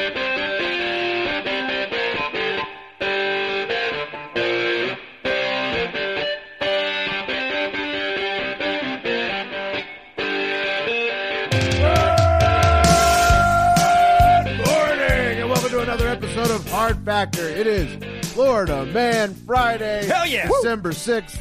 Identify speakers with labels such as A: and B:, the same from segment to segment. A: morning and welcome to another episode of Hard Factor. It is Florida Man Friday. Hell yeah! December 6th.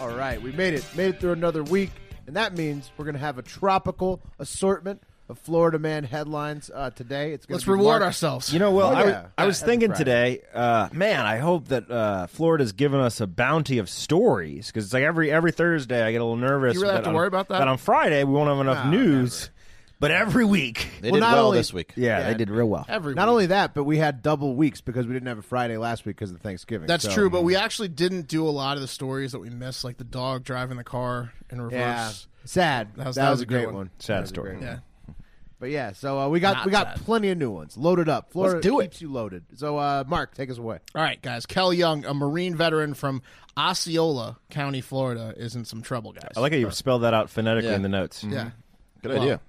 A: All right, we made it. Made it through another week, and that means we're going to have a tropical assortment of Florida Man headlines uh, today. It's gonna
B: Let's
A: be
B: reward
A: Mark-
B: ourselves.
C: You know, well,
A: Oh,
C: I,
A: yeah.
C: I was
A: Happy
C: thinking
A: Friday.
C: today, uh, man, I hope that uh, Florida's given us a bounty of stories because it's like every every Thursday I get a little nervous.
B: You really have to
C: on,
B: worry about that?
C: on Friday we won't have enough
A: No,
C: news, but every week,
D: They
A: Well,
D: did
A: not
D: well
A: only-
D: this week.
C: yeah,
A: Yeah.
C: they did real well.
B: Every
A: Not
B: week.
A: only that, but we had double weeks because we didn't have a Friday last week because of Thanksgiving.
B: that's
A: So-
B: true, but
C: mm.
B: we actually didn't do a lot of the stories that we missed, like the dog driving the car in
A: Yeah,
B: reverse.
A: sad.
B: That was-
A: that,
B: that
A: was a great one.
C: Sad story.
B: Yeah.
A: But yeah, so uh, we got
B: Not
A: we got
B: sad.
A: plenty of new ones loaded up. Florida
B: do it.
A: keeps you loaded. So uh, Mark, take us away.
B: All right, guys. Kel Young, a Marine veteran from Osceola County, Florida, is in some trouble, guys.
C: I like Mm. how you spelled that out phonetically
D: Yeah.
C: in the notes.
B: Mm-hmm. Yeah.
D: Good idea.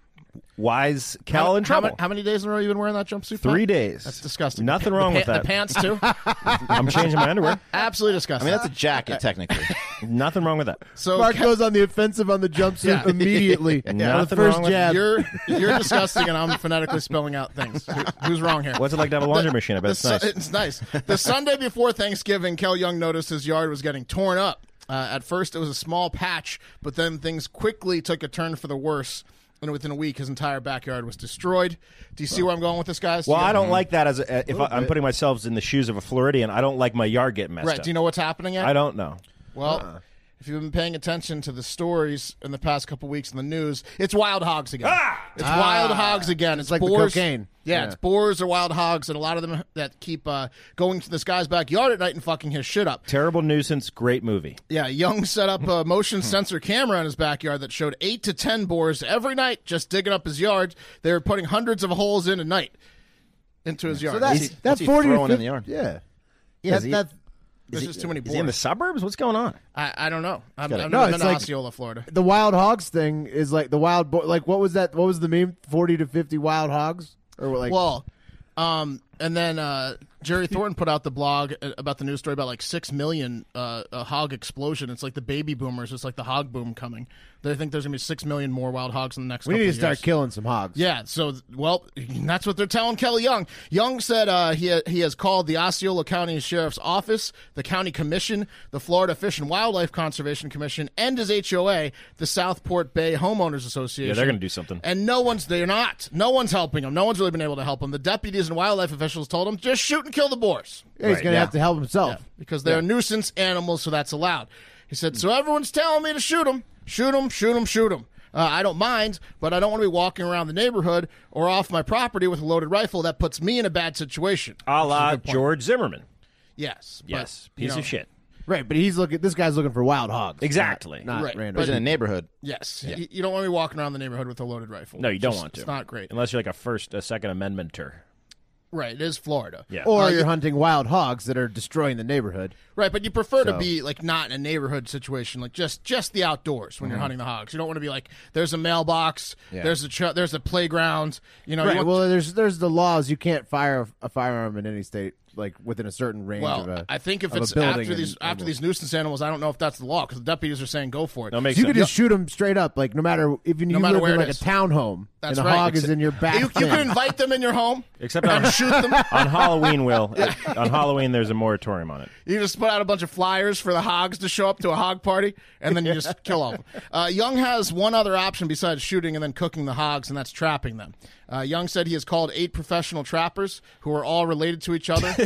C: Wise
B: How-
C: Cal in
B: how,
C: trouble.
B: ma- how many days in a row you been wearing that jumpsuit?
C: Three
B: Pat?
C: days.
B: That's disgusting.
C: Nothing
B: The
C: wrong
B: pa-
C: with that.
B: The pants too.
C: I'm changing my underwear.
B: Absolutely
D: I
B: disgusting.
D: mean, that's a jacket technically.
C: Nothing wrong with that.
B: so
A: Mark
B: Kel-
A: goes on the offensive on the
B: Oh,
A: jumpsuit
B: Yeah.
A: immediately. on the
C: Nothing
A: first
C: wrong with-
A: jab.
B: You're you're disgusting, and I'm phonetically spelling out things. Who, who's wrong here?
C: What's it like to have a laundry machine? I bet
B: The
C: it's
B: su-
C: nice.
B: it's nice. The Sunday before Thanksgiving, Kel Young noticed his yard was getting torn up. Uh, at first, it was a small patch, but then things quickly took a turn for the worse. And within a week, his entire backyard was destroyed. Do you see where I'm going with this, guys? Do
C: well,
B: you-
C: I don't like that. As a, if I, I'm putting myself in the shoes of a Floridian, I don't like my yard getting messed
B: Right?
C: up.
B: Do you know what's happening? Yet?
C: I don't Uh-uh. know.
B: Well, if you've been paying attention to the stories in the past couple weeks in the news, it's wild hogs again.
C: Ah!
B: It's wild hogs again. It's,
A: like the
B: boars.
A: cocaine.
B: Yeah,
A: Yeah.
B: it's boars or wild hogs, and a lot of them that keep uh, going to this guy's backyard at night and fucking his shit up.
C: Terrible nuisance, great movie.
B: Yeah, Young set up a
A: Hmm.
B: motion sensor camera in his backyard that showed eight to ten boars every night just digging up his yard. They were putting hundreds of holes in a night into his yard.
A: So that,
D: He's-
A: that
D: what's he
A: 40 to
D: throwing
A: 50
D: in the yard?
A: Yeah. Yeah,
C: is he-
A: that,
B: There's just too many
C: Is he in the
B: boars.
C: suburbs? What's going on?
B: I, I don't know. I'm, I'm
A: No,
B: not
A: it's
B: in
A: like-
B: Osceola, Florida.
A: the wild hogs thing is like the wild boy. Like, what was that? What was the meme? 40 to 50 wild hogs? Or like,
B: Well, um, and then uh, Jerry Thornton put out the blog uh, about the news story about like six million uh, a hog explosion. It's like the baby boomers. It's like the hog boom coming. They think there's gonna be six million more wild hogs in the next.
A: we need
B: couple
A: to
B: of
A: start
B: years.
A: killing some hogs.
B: Yeah, so well, that's what they're telling Kelly Young. Young said uh, he he has called the Osceola County Sheriff's Office, the County Commission, the Florida Fish and Wildlife Conservation Commission, and his HOA, the Southport Bay Homeowners Association.
C: Yeah, they're gonna do something.
B: And no one's they're not. No one's helping him. No one's really been able to help him. The deputies and wildlife officials told him just shoot and kill the boars.
A: Yeah, he's going to have to help himself.
B: Yeah, because they're nuisance animals, so that's allowed. He said, "So
C: Mm.
B: everyone's telling me to shoot them, shoot them, shoot them, shoot them. Uh, I don't mind, but I don't want to be walking around the neighborhood or off my property with a loaded rifle. That puts me in a bad situation."
C: A la George Zimmerman.
B: Yes, but,
C: Uh, Yes,
B: you
C: piece
B: know,
C: of shit.
A: Right. But he's looking, this guy's looking for wild hogs.
C: Exactly.
A: Not
B: Right,
A: random.
D: He's in a neighborhood.
B: Yes, Y- you, don't want to be walking around the neighborhood with a loaded rifle.
C: no, you don't
B: It's just-
C: want to.
B: It's not great.
C: unless you're like a first, a second amendmenter.
B: Right, it is Florida.
C: Yeah.
A: or you're hunting wild hogs that are destroying the neighborhood.
B: Right, but you prefer to be like not in a neighborhood situation, like just just the outdoors
C: Mm-hmm.
B: when you're hunting the hogs. You don't want to be like there's a mailbox, there's a tr- there's a playground. You know, you
A: Right.
B: want-
A: Well, there's there's the laws. You can't fire a, a firearm in any state, like within a certain range
B: Well,
A: of a.
B: I think if
A: of a
B: it's
A: building
B: after
A: and-
B: these after these nuisance animals, I don't know if that's the law because the deputies are saying go for it.
C: No, it makes
A: you
C: sense.
A: could just shoot them straight up, like no matter even you
B: matter
A: live
B: where it
A: in like
B: is.
A: a townhome.
B: That's
A: And a
B: right.
A: hog is in your back
B: You, you
A: fin.
B: can invite them in your home.
C: Except on,
B: Shoot them.
C: on Halloween, Will. on Halloween, there's a moratorium on it.
B: You just put out a bunch of flyers for the hogs to show up to a hog party, and then you just kill all of them. Uh, Young has one other option besides shooting and then cooking the hogs, and that's trapping them. Uh, Young said he has called eight professional trappers who are all related to each other.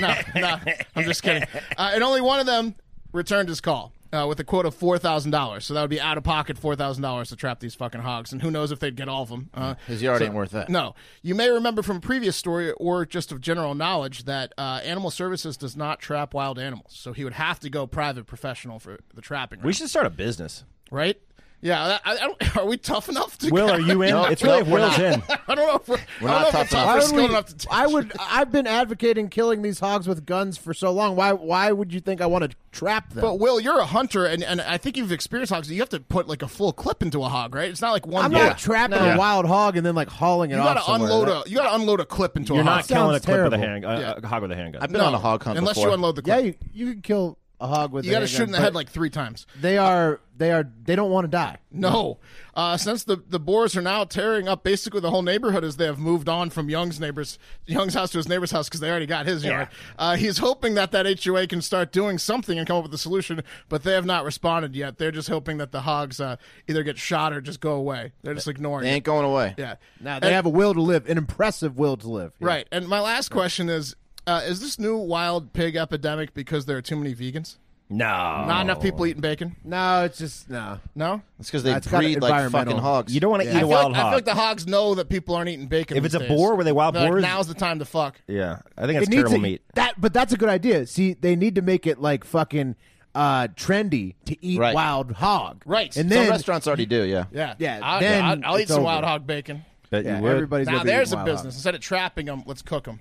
B: no, no, I'm just kidding. Uh, and only one of them returned his call. Uh, with a quote of four thousand dollars, so that would be out of pocket four thousand dollars to trap these fucking hogs, and who knows if they'd get all of them. Uh,
D: His yard ain't worth that.
B: no. You may remember from a previous story or just of general knowledge that uh, Animal Services does not trap wild animals. So he would have to go private professional for the trapping,
C: We should start a business.
B: right? Yeah. that- I, I don't, are we tough enough to
C: Will, are you in?
D: No,
C: it's really if
D: no, we're
C: Will's
D: not.
C: in.
B: I don't know if we're,
D: We're
B: I don't
D: not
B: know
D: tough
B: if
D: enough.
B: we're
A: Why
B: tough
A: would
B: skill
A: we,
B: enough to
A: I would. I've been advocating killing these hogs with guns for so long. Why? Why would you think I want to trap them?
B: But Will, you're a hunter, and, and I think you've experienced hogs. You have to put like a full clip into a hog, right? It's not like one.
A: I'm
B: Yeah.
A: not trapping a wild hog and then like hauling it
B: You
A: off
B: gotta
A: somewhere.
B: unload
A: That-
B: a you gotta unload a clip into
C: You're
B: a hog.
C: not killing a
A: sounds
C: clip with a, hand,
A: terrible.
C: uh, a
B: Yeah.
C: hog with a handgun.
D: I've been on a hog hunt
B: unless
D: before.
B: you unload the
A: yeah,
B: clip.
A: you you can kill a hog with.
B: you
A: a
B: got to shoot in
A: handgun,
B: the head
A: but
B: like three times.
A: they are. They are. They don't want to die.
B: No. Uh, since the, the Boers are now tearing up basically the whole neighborhood as they have moved on from Young's neighbors Young's house to his neighbor's house because they already got his yard. Uh, he's hoping that that HOA can start doing something and come up with a solution, but they have not responded yet. They're just hoping that the hogs uh, either get shot or just go away. They're just ignoring
D: They
B: it.
D: ain't going away.
B: Yeah.
A: Now they
B: And-
A: have a will to live, an impressive will to live. Yeah.
B: right. And my last question is: uh, Is this new wild pig epidemic because there are too many vegans?
C: No.
B: Not
C: Oh.
B: enough people eating bacon.
A: No, it's just no.
B: No.
D: It's because they
A: It's gotta
D: breed like fucking
A: environmental.
D: hogs.
C: You don't want to eat a
B: I feel,
C: wild
B: like, I
C: hog.
B: feel like the hogs know that people aren't eating bacon.
C: If
B: these
C: it's a
B: days.
C: boar, were they wild
B: They're like,
C: boars?
B: now's the time to fuck.
C: yeah. I think it's
A: It needs
C: terrible
A: to-
C: meat.
A: That, but that's a good idea. See, they need to make it like fucking uh, trendy to eat
D: Right.
A: wild hog.
B: Right.
A: And
B: Some
A: then
D: Some restaurants already do. Yeah.
B: Yeah,
A: Yeah,
B: I,
A: then
B: I, I'll eat
A: it's
B: some
A: over.
B: wild hog bacon.
C: That
A: yeah,
C: you would.
A: everybody's
B: Now
A: gonna be
B: there's
A: eating
B: a
A: wild hog.
B: business. Instead of trapping them, let's cook them.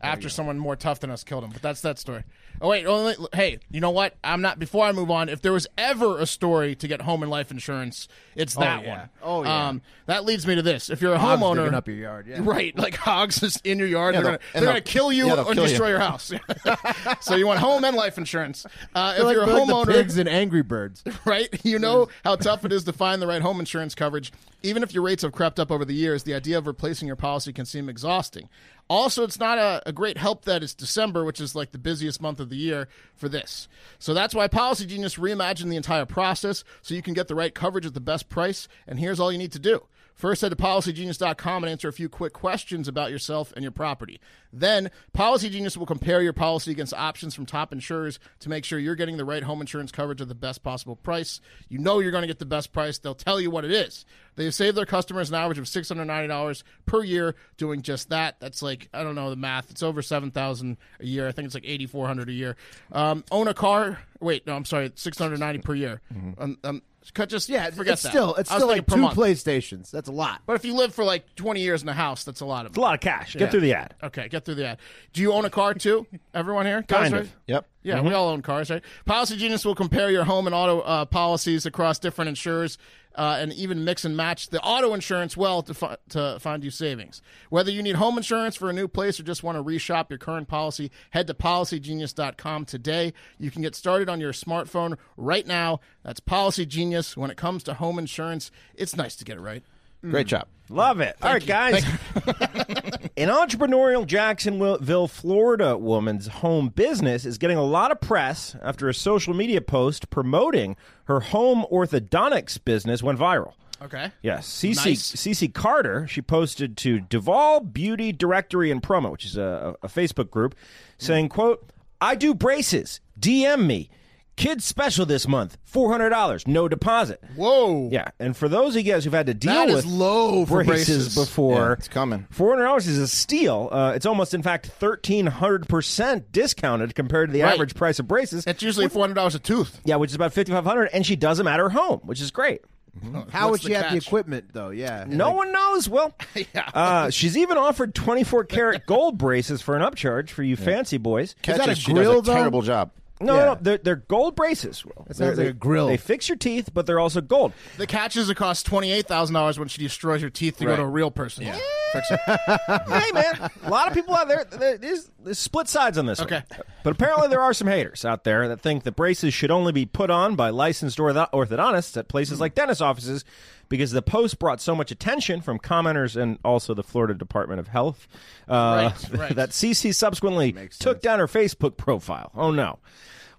B: After someone more tough than us killed him, but that's that story. Oh wait, only, hey, you know what? I'm not. Before I move on, if there was ever a story to get home and life insurance, it's that
A: yeah.
B: one.
A: Oh, yeah.
B: Um, that leads me to this: if you're a
A: Hogs
B: homeowner,
A: digging up your yard, yeah.
B: right? Like hogs is in your yard,
D: Yeah,
B: they're gonna
D: they'll-
B: they're
D: and
B: gonna
D: they'll-
B: kill you
D: yeah, they'll
B: or
D: kill you.
B: destroy your house. so you want home and life insurance. Uh, if
A: Like,
B: you're a
A: they're like
B: homeowner,
A: the pigs and Angry Birds.
B: right? You know how tough it is to find the right home insurance coverage. Even if your rates have crept up over the years, the idea of replacing your policy can seem exhausting. Also, it's not a, a great help that it's December, which is like the busiest month of the year for this. So that's why Policy Genius reimagined the entire process so you can get the right coverage at the best price. And here's all you need to do. First, head to policygenius.com and answer a few quick questions about yourself and your property. Then, Policy Genius will compare your policy against options from top insurers to make sure you're getting the right home insurance coverage at the best possible price. You know you're going to get the best price. They'll tell you what it is. They save their customers an average of $690 per year doing just that. That's like, I don't know the math. It's over 7000 a year. I think it's like 8400 a year. Um, own a car. Wait, no, I'm sorry. 690 per year. Um, um, cut just yeah, forget
A: Mm-hmm. it's
B: that.
A: still it's
B: I was
A: still
B: thinking
A: like
B: per
A: two
B: month.
A: PlayStations. That's a lot.
B: But if you live for like 20 years in a house, that's a lot of
C: It's a lot of cash. Get through the ad.
B: Okay, get through the ad. Do you own a car too? Everyone here? Guys,
C: Kind
B: right?
C: of. Mm-hmm.
D: Yep.
B: Yeah, we all own cars, right? Policy Genius will compare your home and auto uh, policies across different insurers uh, and even mix and match the auto insurance well to, fi- to find you savings. Whether you need home insurance for a new place or just want to reshop your current policy, head to policygenius.com today. You can get started on your smartphone right now. That's Policy Genius. When it comes to home insurance, it's nice to get it right.
D: Great job.
C: Love it. All right, guys. An entrepreneurial Jacksonville, Florida woman's home business is getting a lot of press after a social media post promoting her home orthodontics business went viral.
B: Okay.
C: Yes, CC
B: Nice.
C: CC Carter. She posted to Duval Beauty Directory and Promo, which is a, a Facebook group, saying, "quote I do braces. DM me. Kids special this month. Four hundred dollars, no deposit.
B: Whoa.
C: Yeah, and for those of you guys who've had to deal
B: That is
C: with
B: low for braces.
C: before,
D: Yeah, it's coming.
C: Four hundred dollars is a steal. Uh, it's almost, in fact, thirteen hundred percent discounted compared to the
B: Right.
C: average price of braces.
B: That's usually $400 a tooth.
C: yeah, which is about fifty five hundred, and she does them at her home, which is great.
A: How would
B: What's
A: she
B: the
A: have the
B: catch?
A: equipment though? Yeah.
C: No one knows. Well, uh, she's even offered 24 karat gold braces for an upcharge for you fancy boys.
D: Catches,
A: that a
D: she
A: grill,
D: does a
A: though?
D: terrible job.
C: No,
A: Yeah.
C: no, they're, they're gold braces. Will.
A: That sounds
C: They're-
A: like a grill.
C: They fix your teeth, but they're also gold.
B: The catch is it costs twenty eight thousand dollars when she destroys your teeth to go to a real person. Yeah. fix it.
C: hey man, a lot of people out there. there- There's, there's split sides on this. one.
B: Okay.
C: but apparently there are some haters out there that think that braces should only be put on by licensed ortho- orthodontists at
B: Hmm.
C: places like dentist offices because the post brought so much attention from commenters and also the Florida Department of Health uh,
B: Right, right.
C: that CC subsequently took down her Facebook profile. Oh no.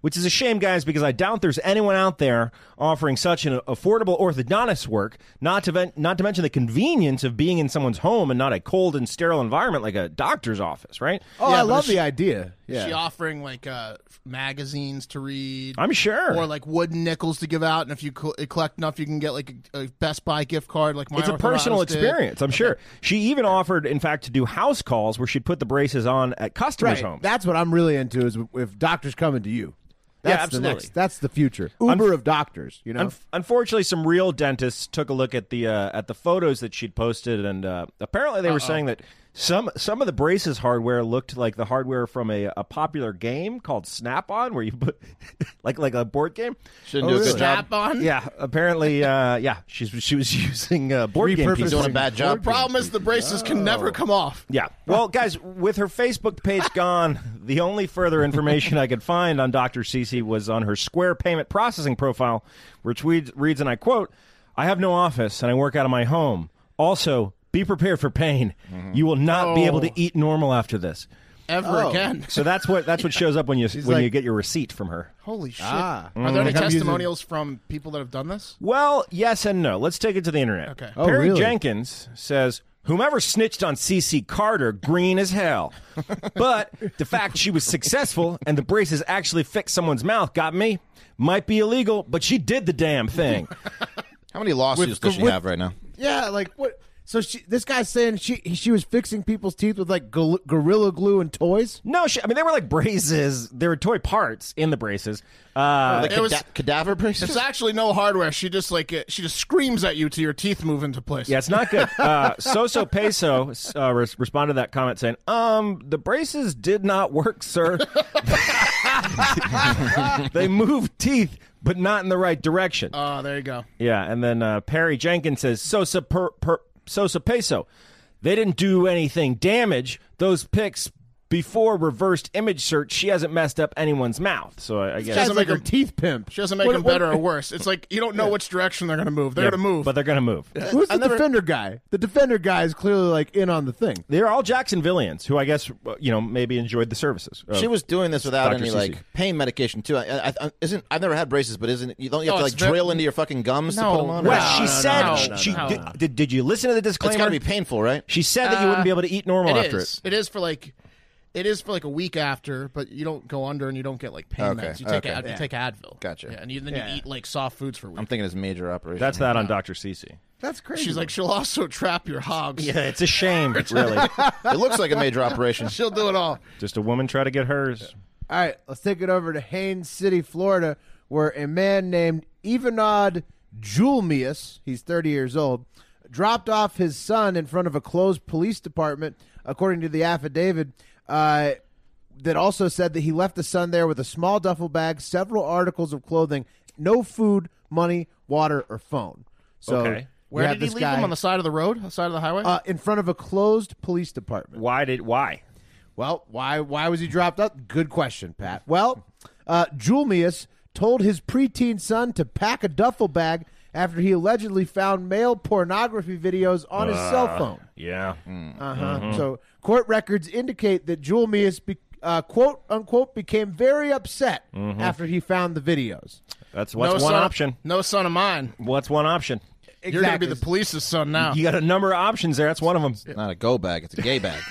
C: Which is a shame, guys, because I doubt there's anyone out there offering such an affordable orthodontist work, not to, ven- not to mention the convenience of being in someone's home and not a cold and sterile environment like a doctor's office, right?
A: Oh,
B: Yeah,
A: I
B: but
A: love
B: is
A: the
B: she-
A: idea. Yeah.
B: She offering like uh, magazines to read.
C: I'm sure.
B: Or like wooden nickels to give out, and if you co- collect enough, you can get like a, a Best Buy gift card. Like my
C: it's a personal
B: orthodontist did.
C: experience, I'm sure. She even offered, in fact, to do house calls where she'd put the braces on at customers' homes.
A: That's what I'm really into is if doctors coming to you. That's
C: absolutely.
A: The next, that's the future. Uber of doctors, you know.
C: Unf- unfortunately, some real dentists took a look at the uh, at the photos that she'd posted, and uh, apparently they were saying that some some of the braces hardware looked like the hardware from a, a popular game called Snap On, where you put like like a board game.
A: Oh,
C: Oh,
D: Shouldn't do a good job.
B: Strap on.
C: Yeah, apparently, uh, yeah, she's she was using uh, board game
A: Repurposing.
C: pieces.
D: Doing a bad
B: The
D: job.
B: problem is the braces can
A: Oh.
B: never come off.
C: Yeah. Well, guys, with her Facebook page gone, the only further information I could find on Dr. Cece was on her Square payment processing profile, which we- reads, and I quote, I have no office and I work out of my home. Also, be prepared for pain. You will not be able to eat normal after this.
B: Ever
A: Oh.
B: again.
C: So that's what that's what shows up when you when
A: like-
C: you get your receipt from her.
B: Holy shit.
A: Ah.
B: Are
C: Mm.
B: there any
A: Like I'm using-
B: testimonials from people that have done this?
C: Well, yes and no. Let's take it to the internet.
B: Okay.
A: Oh,
C: Perry
A: really?
C: Jenkins says, "Whomever snitched on CC Carter, green as hell." but the fact she was successful and the braces actually fixed someone's mouth got me. Might be illegal, but she did the damn thing.
D: How many lawsuits does she
A: with-
D: have right now?
A: yeah, like what so she, this guy's saying she she was fixing people's teeth with like gor- gorilla glue and toys.
C: no, she, I mean they were like braces. They were toy parts in the braces. Uh,
D: Like
B: it was-
D: cada- cadaver braces?
B: There's actually no hardware. She just like uh, she just screams at you till your teeth move into place.
C: Yeah, it's not good. Uh, Soso Peso uh, res- responded to that comment saying, "Um, the braces did not work, sir. they moved teeth, but not in the right direction."
B: Oh, there you go.
C: yeah, and then uh, Perry Jenkins says, "Sosa per- per- Sosa Peso, they didn't do anything damage. Those pics." Before reversed image search, she hasn't messed up anyone's mouth. So I, I guess
A: That's
B: doesn't
A: like
B: make
A: her
B: a-
A: teeth pimp.
B: She doesn't make
A: What-
B: them
A: what-
B: better or worse. It's like you don't know which direction they're going to move. They're going to move.
C: but they're gonna move.
A: Who's the defender guy? The defender guy is clearly like in on the thing.
C: They're all Jacksonvillians who I guess uh, you know maybe enjoyed the services. of-
D: She was doing this without
C: Dr.
D: any
C: Seuss.
D: like pain medication too. I, I, I, isn't I've never had braces, but isn't you don't you have
B: No,
D: to
B: it's
D: like
B: ve-
D: drill into your fucking gums
B: No,
D: to put them on?
B: well,
C: Well, she
B: no,
C: said
B: no,
C: she,
B: no,
C: she
B: no.
C: Did, did. Did you listen to the disclaimer?
D: it's got to be painful, right?
C: She said that you wouldn't be able to eat normal
B: Uh, It
C: after
B: is. It is for like, it is for like a week after, but you don't go under and you don't get like pain
D: Okay,
B: meds. You take
D: okay.
B: Ad, you take Advil.
D: Gotcha.
B: Yeah, and you, then you eat like soft foods for a week.
D: I'm thinking it's a major operation.
C: it. That's that on Dr. Cece.
A: That's crazy.
B: She's like, she'll also trap your hogs.
C: Yeah, it's a shame, really.
D: it looks like a major operation.
B: She'll do it all.
C: Just a woman try to get hers.
A: All right, let's take it over to Haines City, Florida, where a man named Ivanod Julmius, he's 30 years old, dropped off his son in front of a closed police department, according to the affidavit. Uh, that also said that he left the son there with a small duffel bag, several articles of clothing, no food, money, water, or phone. So
C: Okay.
A: we
B: Where
A: have
B: did he
A: this
B: leave
A: guy,
B: them on the side of the road, the side of the highway?
A: uh, in front of a closed police department.
C: Why did why?
A: Well, why why was he dropped up? Good question, Pat. Well, uh, Julmius told his preteen son to pack a duffel bag after he allegedly found male pornography videos on his cell phone.
C: Yeah.
A: Uh-huh. So court records indicate that Julmius be, uh, quote unquote became very upset after he found the videos.
C: That's what's one
B: son,
C: option.
B: No son of mine.
C: What's one option?
B: You're going to be
A: Exactly.
B: the police's son now.
C: You got a number of options there. That's one of them.
D: Not a go bag. It's a gay bag.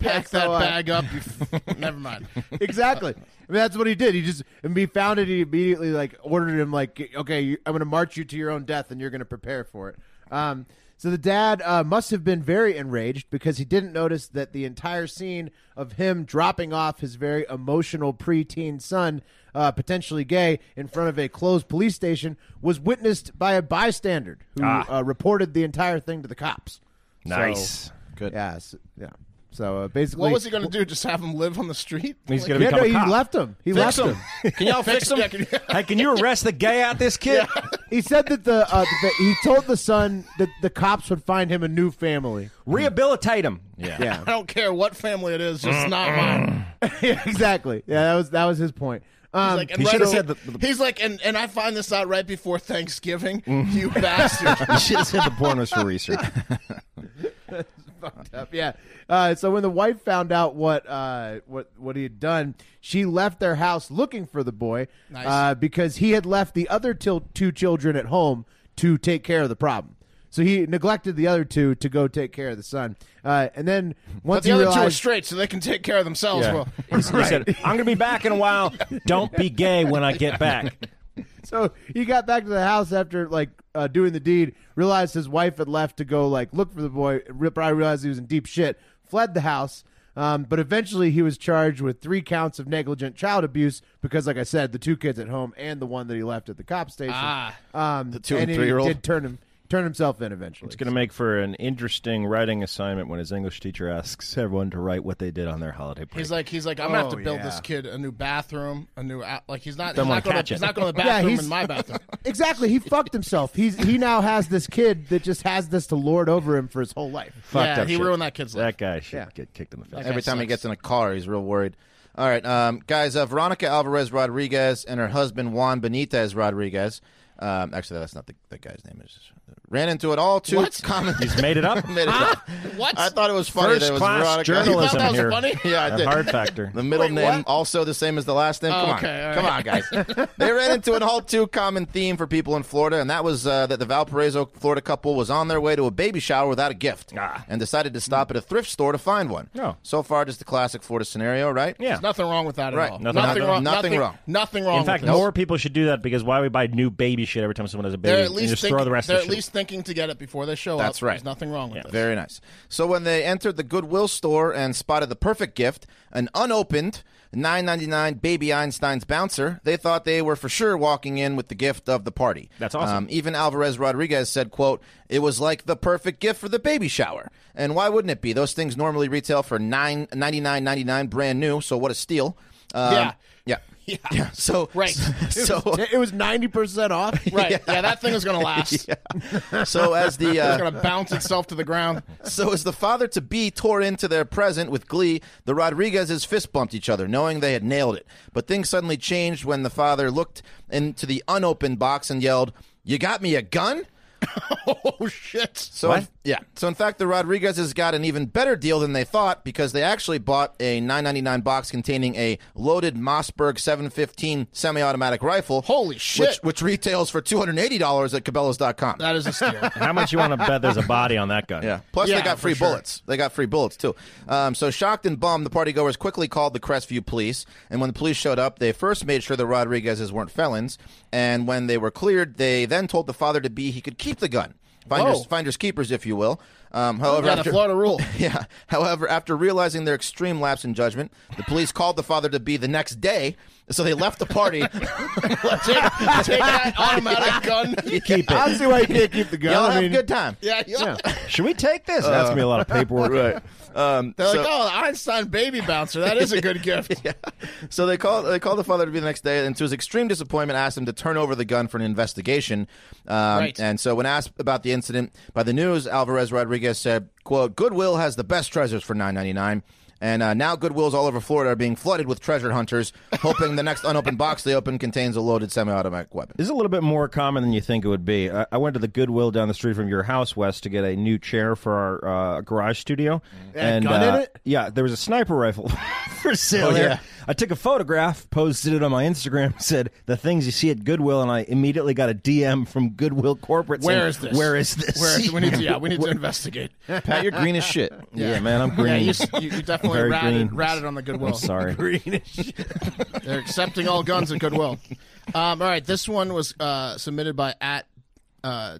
B: Pack that
A: so, uh,
B: bag up. You f- Never mind.
A: exactly. I mean, that's what he did. He just and he found it. He immediately like ordered him like, okay, you, I'm going to march you to your own death, and you're going to prepare for it. Um, so the dad uh, must have been very enraged because he didn't notice that the entire scene of him dropping off his very emotional preteen son, uh, potentially gay, in front of a closed police station was witnessed by a bystander who
C: Ah.
A: uh, reported the entire thing to the cops.
C: Nice.
D: Good.
A: Yeah, so, yeah. So uh, basically,
B: What was he going to do? Just have him live on the street?
C: He's
B: Like,
C: gonna
A: Yeah,
C: become
A: no,
C: a
A: he
C: cop.
A: left him. He left
B: him.
A: him.
D: Can y'all fix them?
B: yeah, can you-
C: Hey, can you arrest the gay out this kid?
A: he said that the, uh, the he told the son that the cops would find him a new family.
C: Rehabilitate him. Yeah.
B: I don't care what family it is, just not mine.
A: yeah, exactly. Yeah, that was that was his point. Um,
B: Like, and
C: he should have
B: right-
C: said the- the-
B: he's like, and, and I find this out right before Thanksgiving.
C: Mm.
B: You bastard!
C: You should have said the porn was for research.
A: yeah. Uh, so when the wife found out what uh, what what he had done, she left their house looking for the boy
B: Nice.
A: uh, because he had left the other til- two children at home to take care of the problem. So he neglected the other two to go take care of the son. Uh, and then once
B: But the
A: he
B: other two are
A: realized,
B: straight, so they can take care of themselves. Well,
C: He s- he said, I'm going to be back in a while. Don't be gay when I get back.
A: so he got back to the house after like uh, doing the deed, realized his wife had left to go like look for the boy. re- Probably realized he was in deep shit, fled the house. Um, but eventually, he was charged with three counts of negligent child abuse because, like I said, the two kids at home and the one that he left at the cop station.
B: Ah.
A: um, the
D: two and
A: he
D: three-year-old?
A: did turn him turn himself in eventually.
C: It's going to make for an interesting writing assignment when his English teacher asks everyone to write what they did on their holiday break.
B: he's like, he's like, I'm gonna have to
A: Oh,
B: build
A: yeah.
B: this kid a new bathroom, a new out. Like he's not, he's
C: Don't wanna
B: not, going
C: catch
B: to,
C: it.
B: he's not going to the
A: Yeah,
B: bathroom
A: he's-
B: in my bathroom.
A: exactly, he fucked himself. He's he now has this kid that just has this to lord over him for his whole life.
C: Fucked
B: yeah,
C: up
B: he
C: shit.
B: ruined that kid's life.
C: That guy should
A: Yeah.
C: get kicked in the face.
B: That
D: Every
B: guy
D: time he
B: sucks.
D: gets in a car, he's real worried. All right, um, guys. Uh, Veronica Alvarez Rodriguez and her husband Juan Benitez Rodriguez. Um, actually, that's not the, the guy's name. Is ran into it all too
B: What?
D: common.
C: He's made it up.
D: Made it up.
B: What?
D: I thought it was funny that it
C: First
D: was
C: class
D: Veronica.
B: You thought
C: journalism
B: that was
C: here.
B: funny?
D: Yeah, I
C: A
D: did.
C: hard factor.
D: The middle
B: Wait,
D: name
B: what?
D: also the same as the last name.
B: Oh,
D: Come on,
B: okay, all right.
D: come on, guys. they ran into an all too common theme for people in Florida, and that was uh, that the Valparaiso, Florida couple was on their way to a baby shower without a gift,
C: Ah.
D: and decided to stop at a thrift store to find one.
C: Oh.
D: So far, just the classic Florida scenario, right?
C: Yeah.
B: There's nothing wrong with that at
D: Right.
B: all.
C: Nothing- nothing-
B: wrong.
D: nothing wrong.
B: Nothing wrong.
C: In fact,
B: with this.
C: more people should do that because why we buy new baby shit every time someone has a baby?
B: They're at
C: and
B: least
C: just
B: thinking,
C: throw the rest
B: they're
C: of the
B: at
C: shit.
B: least thinking to get it before they show up.
D: That's right.
B: There's nothing wrong with this.
D: Very nice. So when they entered the Goodwill store and spotted the perfect gift, an unopened 9.99 baby Einstein's bouncer, they thought they were for sure walking in with the gift of the party. Um,
C: That's awesome.
D: even Alvarez Rodriguez said, "quote It was like the perfect gift for the baby shower." And why wouldn't it be? Those things normally retail for nine ninety nine ninety nine, brand new. So what a steal! Um,
B: Yeah.
D: yeah, yeah, So
B: Right.
D: so
A: It was ninety percent off.
B: Right. Yeah, that thing is going to last.
D: so as the uh,
B: It's going to bounce itself to the ground.
D: So as the father to be tore into their present with glee, the Rodriguezes fist bumped each other, knowing they had nailed it. But things suddenly changed when the father looked into the unopened box and yelled, "You got me a gun?"
B: Oh, shit.
D: So yeah. So in fact, the Rodriguezes got an even better deal than they thought because they actually bought a 9.99 box containing a loaded Mossberg 715 semi-automatic rifle.
B: Holy shit.
D: Which, which retails for $280 at Cabela's.com.
B: That is a steal.
C: How much you want to bet there's a body on that gun?
D: Yeah. Plus,
B: Yeah,
D: they got
B: for
D: free
B: sure.
D: bullets. They got free bullets too. Um, so shocked and bummed, the partygoers quickly called the Crestview police. And when the police showed up, they first made sure the Rodriguezes weren't felons. And when they were cleared, they then told the father to be he could keep the gun.
B: Whoa.
D: Finders, finders keepers, if you will. Um, however,
B: Yeah, the
D: after-
B: Florida rule.
D: yeah. However, after realizing their extreme lapse in judgment, the police called the father to be the next day. So they left the party.
B: take, take that automatic gun.
C: Keep
A: I don't
C: it.
A: see why you can't keep the gun.
D: Y'all
A: I
D: have a
A: mean-
D: good time.
B: Yeah, yeah.
C: Should we take this? That's gonna be a lot of paperwork.
D: Um,
B: They're
D: so-
B: like, oh, the Einstein baby bouncer. That is a good gift.
D: So they called they called the father to be the next day, and to his extreme disappointment, asked him to turn over the gun for an investigation. Um,
B: Right.
D: And so, when asked about the incident by the news, Alvarez Rodriguez said, "quote Goodwill has the best treasures for nine ninety nine, and uh, now Goodwills all over Florida are being flooded with treasure hunters, hoping the next unopened box they open contains a loaded semi-automatic weapon."
C: This is a little bit more common than you think it would be. I, I went to the Goodwill down the street from your house, Wes, to get a new chair for our uh, garage studio. and
A: gun in
C: uh,
A: it?
C: yeah, there was a sniper rifle for sale
D: Oh,
C: here.
D: yeah.
C: I took a photograph, posted it on my Instagram, said the things you see at Goodwill, and I immediately got a DM from Goodwill Corporate. saying,
B: Where is this?
C: Where is this?
B: Where is, we need to, yeah, we need to investigate.
D: Pat, you're green as shit.
C: yeah. man, I'm green.
B: Yeah, you, s- you, you definitely
C: Very
B: ratted,
C: green.
B: ratted on the Goodwill.
C: I'm sorry.
B: They're accepting all guns at Goodwill. Um, all right, this one was uh, submitted by at uh,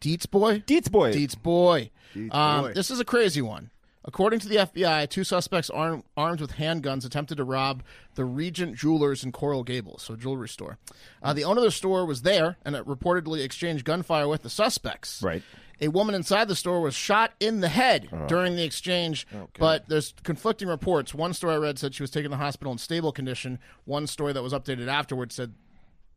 B: Dietz Boy.
C: Dietz boy.
B: Deets boy. um,
A: boy.
B: This is a crazy one. According to the FBI, two suspects arm, armed with handguns attempted to rob the Regent Jewelers in Coral Gables, so jewelry store. Uh, the owner of the store was there and it reportedly exchanged gunfire with the suspects.
C: Right.
B: A woman inside the store was shot in the head during the exchange, but there's conflicting reports. One story I read said she was taken to the hospital in stable condition. One story that was updated afterwards said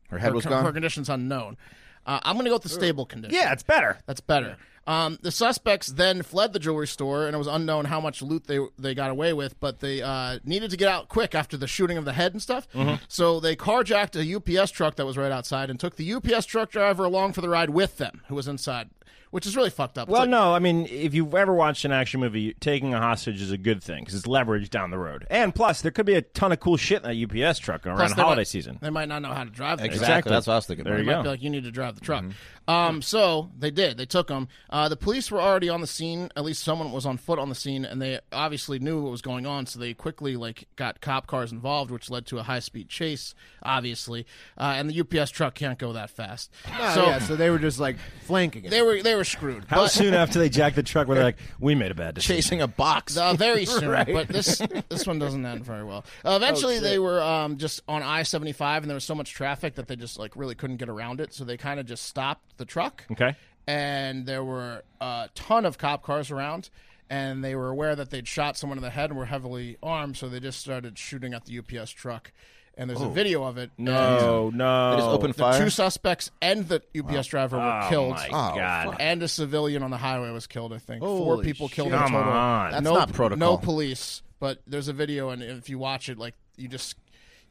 D: Her head was
B: her, her
D: gone.
B: condition's unknown. Uh, I'm going to go with the stable condition.
C: Yeah, it's better.
B: That's better. Um, the suspects then fled the jewelry store, and it was unknown how much loot they they got away with. But they uh, needed to get out quick after the shooting of the head and stuff.
C: Mm-hmm.
B: So they carjacked a UPS truck that was right outside and took the UPS truck driver along for the ride with them, who was inside, which is really fucked up. It's
C: Well,
B: like-
C: no, I mean, if you've ever watched an action movie, taking a hostage is a good thing because it's leverage down the road. And plus, there could be a ton of cool shit in that UPS truck around
B: plus they
C: holiday
B: might-
C: season.
B: They might not know how to drive. Exactly.
C: Exactly.
D: That's what I was thinking.
C: There
D: about.
C: you
B: They might
C: go. Mm-hmm.
B: be like, you need to drive the truck. Um, so they did. They took them. Uh, the police were already on the scene. At least someone was on foot on the scene, and they obviously knew what was going on. So they quickly like got cop cars involved, which led to a high speed chase. Obviously, uh, and the UPS truck can't go that fast.
A: Oh,
B: so
A: yeah, so they were just like flanking it.
B: they were they were screwed.
C: How
B: but-
C: soon after they jack the truck were they like, we made a bad decision?
D: Chasing a box.
B: Uh, very soon, but this this one doesn't end very well. Uh, eventually,
A: Oh,
B: they were um, just on I seventy five, and there was so much traffic that they just like really couldn't get around it. So they kind of just stopped the truck.
C: Okay.
B: and there were a ton of cop cars around, and they were aware that they'd shot someone in the head and were heavily armed, so they just started shooting at the UPS truck. And there's a video of it. and
C: No, Oh, no.
D: They just open
B: the
D: fire.
B: two suspects and the UPS driver were
C: Oh,
B: killed.
C: my God.
B: And a civilian on the highway was killed, I think. Four
A: Holy
B: people
A: shit.
B: killed in
C: Come
B: total.
C: on.
D: That's
B: no,
D: not protocol.
B: No police, but there's a video, and if you watch it, like you just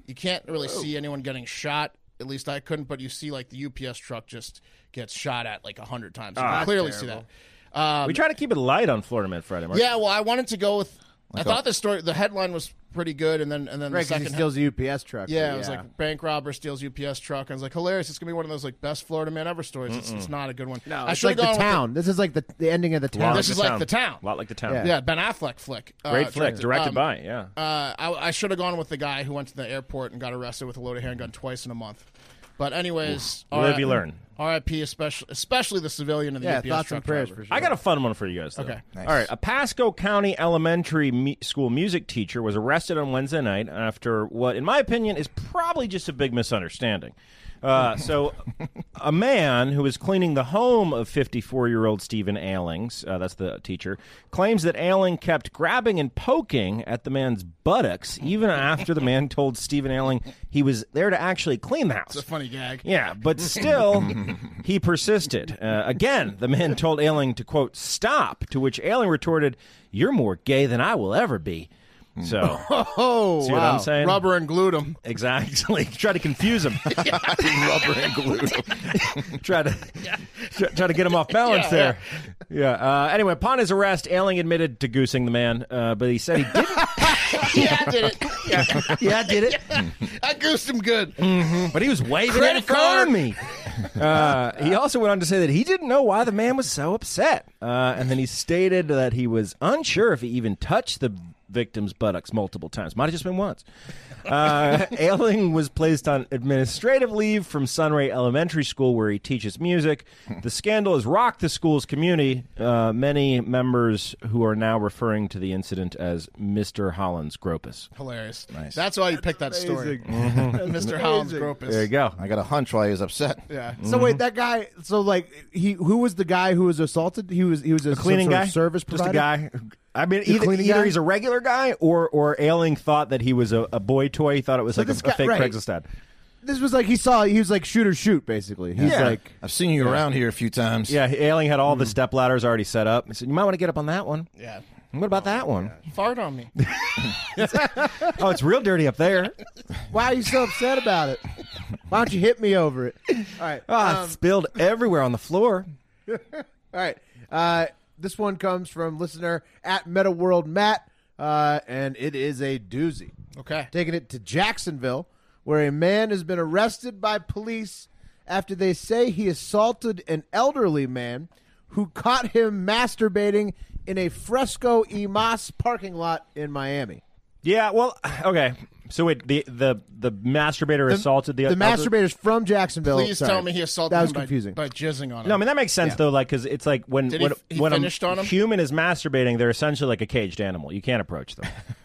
B: you can't really see anyone getting shot. At least I couldn't, but you see like the UPS truck just gets shot at like a hundred times. You
A: Ah,
B: can clearly see that. Um,
C: We try to keep it light on Florida Man Friday, Mark.
B: yeah, well, I wanted to go with. I thought the story, the headline was pretty good, and then and then
A: Right,
B: the
A: 'cause he
B: second.
A: steals a UPS truck.
B: yeah, it was like bank robber steals UPS truck. I was like, hilarious. It's gonna be one of those like best Florida man ever stories. It's, it's not a good one. No, I
A: It's
B: should
A: like
B: have
A: the
B: gone with
A: town. This is like the, the ending of the town.
C: Lot
B: this is like the town.
C: A lot like the town.
A: Yeah.
B: yeah, Ben Affleck flick. Uh,
C: Great flick,
B: directed-
C: directed
B: um,
C: by, yeah.
B: Uh, I, I should have gone with the guy who went to the airport and got arrested with a loaded handgun twice in a month. But anyways,
C: You live,
B: R-
C: you learn.
B: R.I.P. Especially, especially the civilian and the
A: yeah,
B: UPS
A: thoughts
B: truck
A: and prayers
B: driver.
A: for sure.
C: I got a fun one for you guys. Though.
B: Okay.
C: All right. A Pasco County elementary mu- school music teacher was arrested on Wednesday night after what, in my opinion, is probably just a big misunderstanding. Uh, so, a man who was cleaning the home of 54 year old Stephen Ailings, uh, that's the teacher, claims that Ailing kept grabbing and poking at the man's buttocks even after the man told Stephen Ailing he was there to actually clean the house.
B: It's a funny gag.
C: Yeah, but still, he persisted. Uh, again, the man told Ailing to, quote, stop, to which Ailing retorted, You're more gay than I will ever be. So,
A: Oh,
C: see what
A: wow.
C: I'm saying?
B: Rubber and glued him.
C: Exactly. try to confuse him.
D: Rubber and glue.
C: try to try, try to get him off balance there. Yeah. Uh, anyway, upon his arrest, Ailing admitted to goosing the man, uh, but he said he didn't.
B: yeah, I did it. Yeah.
C: yeah, Mm. I did it.
B: I goosed him good.
C: But he was waving
B: Credit
C: at a car
B: card.
C: on me. Uh, he also went on to say that he didn't know why the man was so upset. Uh, and then he stated that he was unsure if he even touched the victim's buttocks multiple times. Might have just been once. Uh, Ailing was placed on administrative leave from Sunray Elementary School, where he teaches music. The scandal has rocked the school's community. Uh, many members who are now referring to the incident as Mr. Holland's Gropus.
B: Hilarious. That's why you picked that story. Mr. Holland's Gropus.
C: There you go.
D: I got a hunch why he was upset.
B: Yeah.
A: So wait, that guy. So like, he who was the guy who was assaulted? He was he was a some
C: cleaning
A: sort of
C: guy,
A: service
C: just a
A: provider.
C: guy. I mean,
A: The
C: either,
A: cleaning
C: either
A: guy?
C: he's a regular guy or or Ailing thought that he was a, a boy toy. He thought it was like a,
A: this
C: a
A: guy-
C: fake
A: right.
C: Craigslist ad.
A: This was like he saw. He was like shoot or shoot, basically. He's
C: Yeah.
A: like,
D: I've seen you around here a few times.
C: Yeah, Ailing had all the step ladders already set up. He said, "You might want to get up on that one."
B: Yeah.
C: What about that one?
B: Fart on me.
C: Oh, it's real dirty up there.
A: why are you so upset about it? Why don't you hit me over it? All right, um,
C: Ah, it's spilled everywhere on the floor.
A: all right. Uh, this one comes from listener at Meta World Matt, uh, and it is a doozy.
B: Okay.
A: Taking it to Jacksonville, where a man has been arrested by police after they say he assaulted an elderly man who caught him masturbating in a Fresco Emas parking lot in Miami.
C: Yeah. Well, okay. So wait, the the the masturbator assaulted the
A: the
C: other-
A: masturbator's from Jacksonville.
B: Please
A: Oh, Sorry.
B: tell me he assaulted
A: That was
B: him by-
A: confusing.
B: By, jizzing on him.
C: No, I mean that makes sense though, like because it's like when
B: Did he
C: when,
B: f- he
C: when
B: finished
C: a
B: on him?
C: human is masturbating, they're essentially like a caged animal. You can't approach them.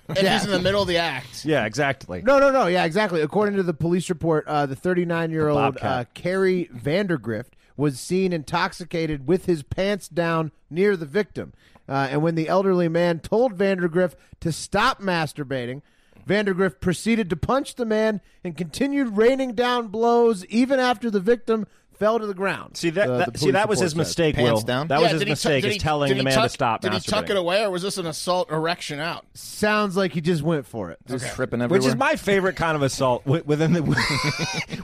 B: if he's in the middle of the act.
C: yeah, exactly.
A: No, no, no. Yeah, exactly. According to the police report, uh, the 39 year old
C: bobcat.
A: uh, Carrie Vandergrift was seen intoxicated with his pants down near the victim. Uh, and when the elderly man told Vandergrift to stop masturbating, Vandergrift proceeded to punch the man and continued raining down blows even after the victim fell to the ground.
C: See that,
A: the-
C: that
A: the
C: see
A: police
C: that was
A: report
C: his
A: said.
C: mistake.
D: Pants
C: Will
D: down?
C: that
B: Yeah,
C: was his
B: did he tu-
C: mistake
B: did
C: is
B: he-
C: telling
B: did
C: the
B: he
C: man to
B: tuck-
C: stop.
B: Did he tuck
C: masturbating.
B: it away, or was this an assault erection out?
A: Sounds like he just went for it.
D: Just tripping everywhere.
C: Which is my favorite kind of assault wi- within the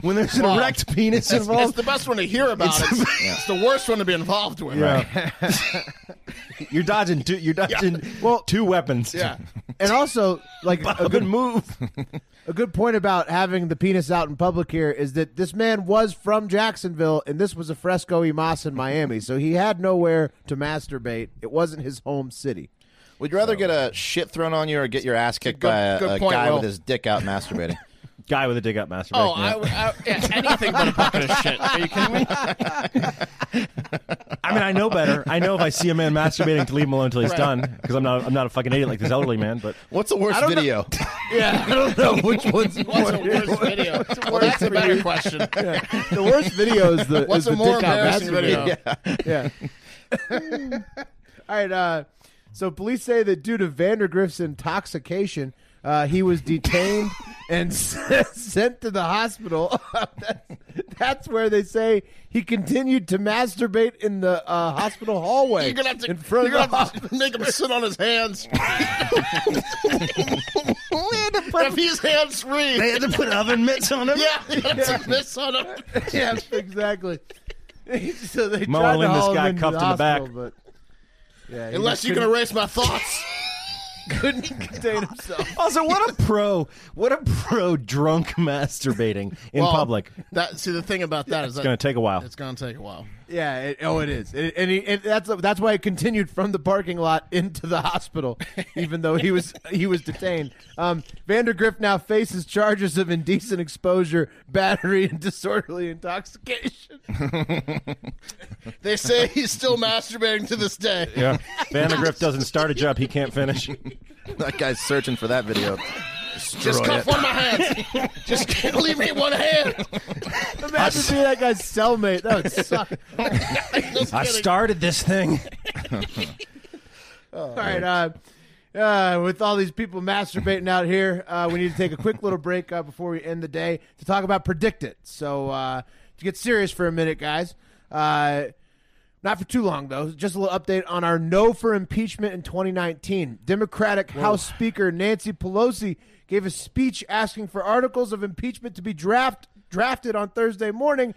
C: when there's an
B: Wow.
C: erect penis
B: It's, it's
C: involved.
B: the best one to hear about. It's, it's the worst one to be involved with.
C: You're dodging two. You're dodging
A: Well-
C: two weapons.
B: Yeah.
A: And also, like a
C: good
A: good
C: move.
A: a good point about having the penis out in public here is that this man was from Jacksonville, and this was a fresco Imas in Miami, so he had nowhere to masturbate. It wasn't his home city.
D: Would you rather get a shit thrown on you or get your ass kicked by a,
B: good
D: a
B: point,
D: guy
B: Will.
D: with his dick out masturbating?
C: Guy with a dig up masturbating.
B: Oh,
C: yeah.
B: I, would- I, yeah, anything but a bucket of shit. Are you kidding me?
C: I mean, I know better. I know if I see a man masturbating to leave him alone until he's done, because I'm not, I'm not a fucking idiot like this elderly man. But
D: What's the worst video?
B: Yeah, I don't know which one's What's the worst video? Well, that's a better question.
A: The worst video is the
B: What's
A: is
B: a
A: the
B: more
A: dick out
B: embarrassing
A: masturbating.
B: video?
A: yeah. All right. Uh, so police say that due to Vandergrift's intoxication, uh, he was detained and sent to the hospital. that's, that's where they say he continued to masturbate in the uh, hospital hallway.
B: You're gonna have to,
A: in front
B: you're
A: of the
B: gonna have to make him sit on his hands. if he's hands free,
C: they had to put oven mitts on him.
B: yeah, you have to miss on him.
A: hos- yes, exactly. so they
C: Mo
A: tried to
C: Lin, this
A: haul him
C: guy
A: into
C: cuffed
A: the
C: in the back.
A: hospital, But, yeah, he
B: Unless
A: just
B: you can erase my thoughts.
A: couldn't couldn't contain himself.
C: Also, what a pro! What a pro drunk masturbating in
B: Well,
C: public.
B: That see the thing about that is
C: It's gonna take a while.
B: It's gonna take a while.
A: Yeah. It, oh, it is. It, and he, and that's that's why it continued from the parking lot into the hospital, even though he was he was detained. Um, Vandergrift now faces charges of indecent exposure, battery, and disorderly intoxication.
B: They say he's still masturbating to this day.
C: Yeah. Vandergrift doesn't start a job he can't finish.
D: that guy's searching for that video.
B: Just
D: Destroy
B: cuff
D: it.
B: one of my hands. Just can't leave me one hand.
A: Imagine being that guy's cellmate. That would suck.
B: Just
C: I
B: kidding.
C: started this thing.
A: All right. Uh, uh, with all these people masturbating out here, uh, we need to take a quick little break uh, before we end the day to talk about Predict It. So, uh, to get serious for a minute, guys, uh, not for too long, though, just a little update on our no for impeachment in 2019. Democratic House Speaker Nancy Pelosi gave a speech asking for articles of impeachment to be draft, drafted on Thursday morning,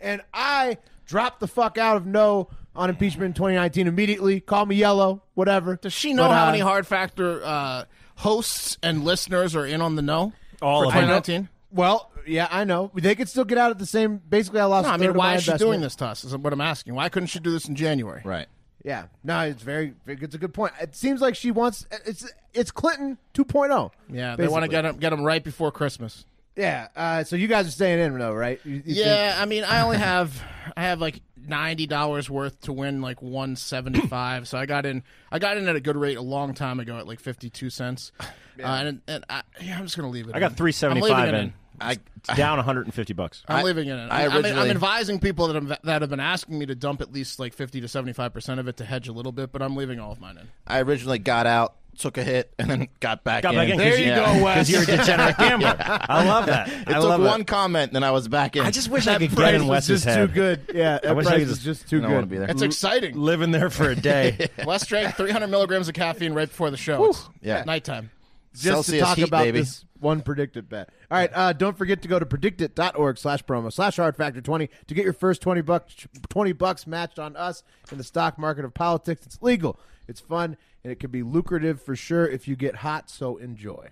A: and I dropped the fuck out of no on impeachment in 2019 immediately. Call me yellow, whatever.
B: Does she know
A: But,
B: how
A: uh,
B: many hard factor uh, hosts and listeners are in on the know?
C: All
B: for
C: of them.
B: 2019?
A: Well, yeah, I know. They could still get out at the same. Basically, I lost.
B: No, I
A: a third
B: mean,
A: of
B: why
A: my
B: is she
A: investment.
B: doing this to us? Is what I'm asking. Why couldn't she do this in January?
D: Right.
A: Yeah, no, it's very. It's a good point. It seems like she wants. It's it's Clinton 2.0.
B: Yeah, they want to
A: basically.
B: get them get 'em right before Christmas.
A: Yeah. Uh, so you guys are staying in, though, right? You- you think-
B: Yeah, I mean, I only have I have like ninety dollars worth to win like one seventy five. so I got in I got in at a good rate a long time ago at like fifty two cents. Uh, and and I, yeah, I'm just gonna leave it.
C: I got
B: in.
C: three seventy five
B: I'm leaving it
C: in.
D: I,
C: It's down 150 bucks.
B: I'm
D: I-
B: leaving it in.
D: I
B: I am
D: originally-
B: advising people that, have that have been asking me to dump at least like 50 to 75% of it to hedge a little bit, but I'm leaving all of mine in.
D: I originally got out, took a hit, and then got back
C: Got
D: in.
C: back in. 'cause
D: Yeah.
C: Because you're a degenerate gambler. I love that.
D: It
C: I
D: took
C: love
D: one
C: That.
D: comment, and then I was back in.
C: I just wish I could
A: Price
C: get in
A: was
C: Wes's
A: just
C: head.
A: too good. Yeah, that
C: wish I
A: price
C: could
A: was
C: just-
A: just too
D: I don't
A: good.
D: want to be there.
B: That's exciting.
C: Living there for a day.
B: Let's drink 300 milligrams of caffeine right before the show. It's
D: Yeah.
B: At nighttime.
A: Just
D: Celsius
A: to talk
D: heat,
A: about
D: baby.
A: this one predicted bet. All right, uh, don't forget to go to predictit.org slash promo slash hard factor 20 to get your first 20 bucks, 20 bucks matched on us in the stock market of politics. It's legal, it's fun, and it can be lucrative for sure if you get hot, so enjoy.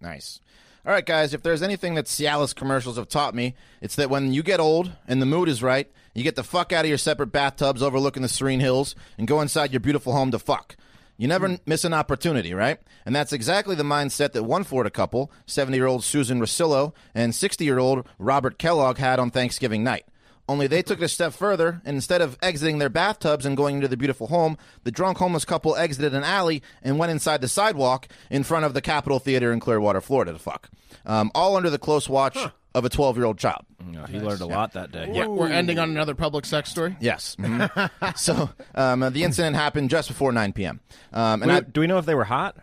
D: Nice. All right, guys, if there's anything that Cialis commercials have taught me, it's that when you get old and the mood is right, you get the fuck out of your separate bathtubs overlooking the serene hills and go inside your beautiful home to fuck. You never n- miss an opportunity, right? And that's exactly the mindset that one Florida couple, 70 year old Susan Rosillo and 60 year old Robert Kellogg, had on Thanksgiving night. Only they took it a step further, and instead of exiting their bathtubs and going into the beautiful home, the drunk homeless couple exited an alley and went inside the sidewalk in front of the Capitol Theater in Clearwater, Florida, to fuck. Um, all under the close watch of a 12 year old child.
C: Oh, he learned a lot that day.
B: We're, we're ending on another public sex story.
D: Yes. Mhm. so um, uh, the incident happened just before 9 p.m. Um, and
C: Do we know if they were hot?
B: Uh.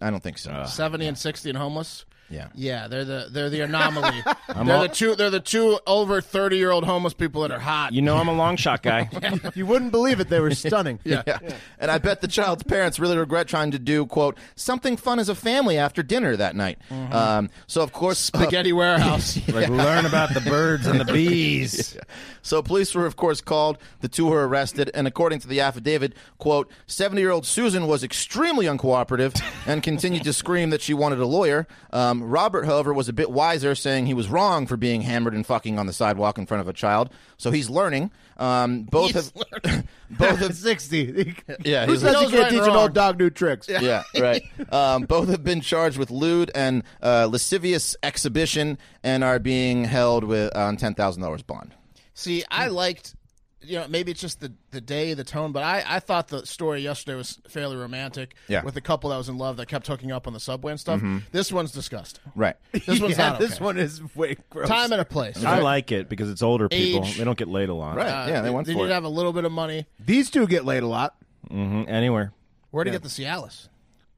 D: I, I don't think so.
B: 70 and 60 and homeless.
D: Yeah.
B: yeah, they're the they're the anomaly. they're the two they're the two over thirty year old homeless people that are hot.
C: You know I'm a long shot guy.
A: You wouldn't believe it. They were stunning. yeah.
D: Yeah. And I bet the child's parents really regret trying to do, quote, something fun as a family after dinner that night. Um, so, of course, uh,
B: Spaghetti warehouse.
C: like learn about the birds and the bees.
D: so police were, of course, called. The two were arrested. And according to the affidavit, quote, 70 year old Susan was extremely uncooperative and continued to scream that she wanted a lawyer. Um, Robert, however, was a bit wiser, saying he was wrong for being hammered and fucking on the sidewalk in front of a child. So he's learning. Um, both
B: He's
D: have, both have
A: 60.
D: Yeah,
A: Who
D: he's
A: says
D: like-
A: you
B: Knows right
A: can't
B: and
A: teach an
B: wrong.
A: old dog new tricks?
D: yeah, right. Um, both have been charged with lewd and uh, lascivious exhibition and are being held with uh, on ten thousand dollars bond.
B: See, I liked, you know, maybe it's just the, the day, the tone, but I, I thought the story yesterday was fairly romantic
D: Yeah. Mm-hmm.
B: with a couple that was in love that kept hooking up on the subway and stuff. This one's disgusting.
D: Right.
B: This one's
A: Yeah,
B: not
A: this
B: okay.
A: one is way gross.
B: Time and a place.
C: I like it because it's older people.
B: Age.
C: They don't get laid a lot.
D: Right. yeah, they
B: Uh,
D: went
B: they
D: for
B: need
D: it.
B: to have a little bit of money.
A: These two get laid a lot.
C: Mm, Anywhere.
B: Where to get the Cialis?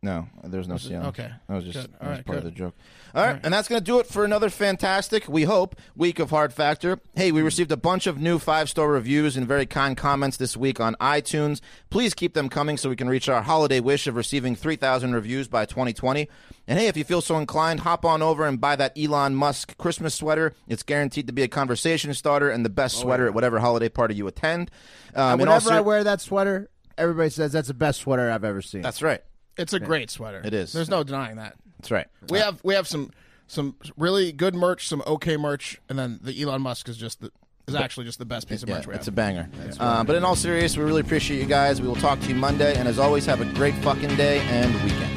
D: No, there's no seal.
B: okay.
D: That was just
B: Good.
D: that
B: All
D: was
B: right,
D: part of the
B: good.
D: joke. All right, and that's going to do it for another fantastic, we hope, week of Hard Factor. Hey, we received a bunch of new five star reviews and very kind comments this week on iTunes. Please keep them coming so we can reach our holiday wish of receiving 3,000 reviews by 2020. And hey, if you feel so inclined, hop on over and buy that Elon Musk Christmas sweater. It's guaranteed to be a conversation starter and the best sweater at whatever holiday party you attend. Um, and
A: Whenever
D: also-
A: I wear that sweater, everybody says that's the best sweater I've ever seen.
D: that's right.
B: It's a great sweater. It
D: is.
B: There's no denying that.
D: That's right.
B: We have we have some some really good merch, some okay merch, and then the Elon Musk is just the, is actually just the best piece of merch we
D: Yeah,
B: have.
D: it's a banger. Uh, but in all seriousness, we really appreciate you guys. We will talk to you Monday. And as always, have a great fucking day and weekend.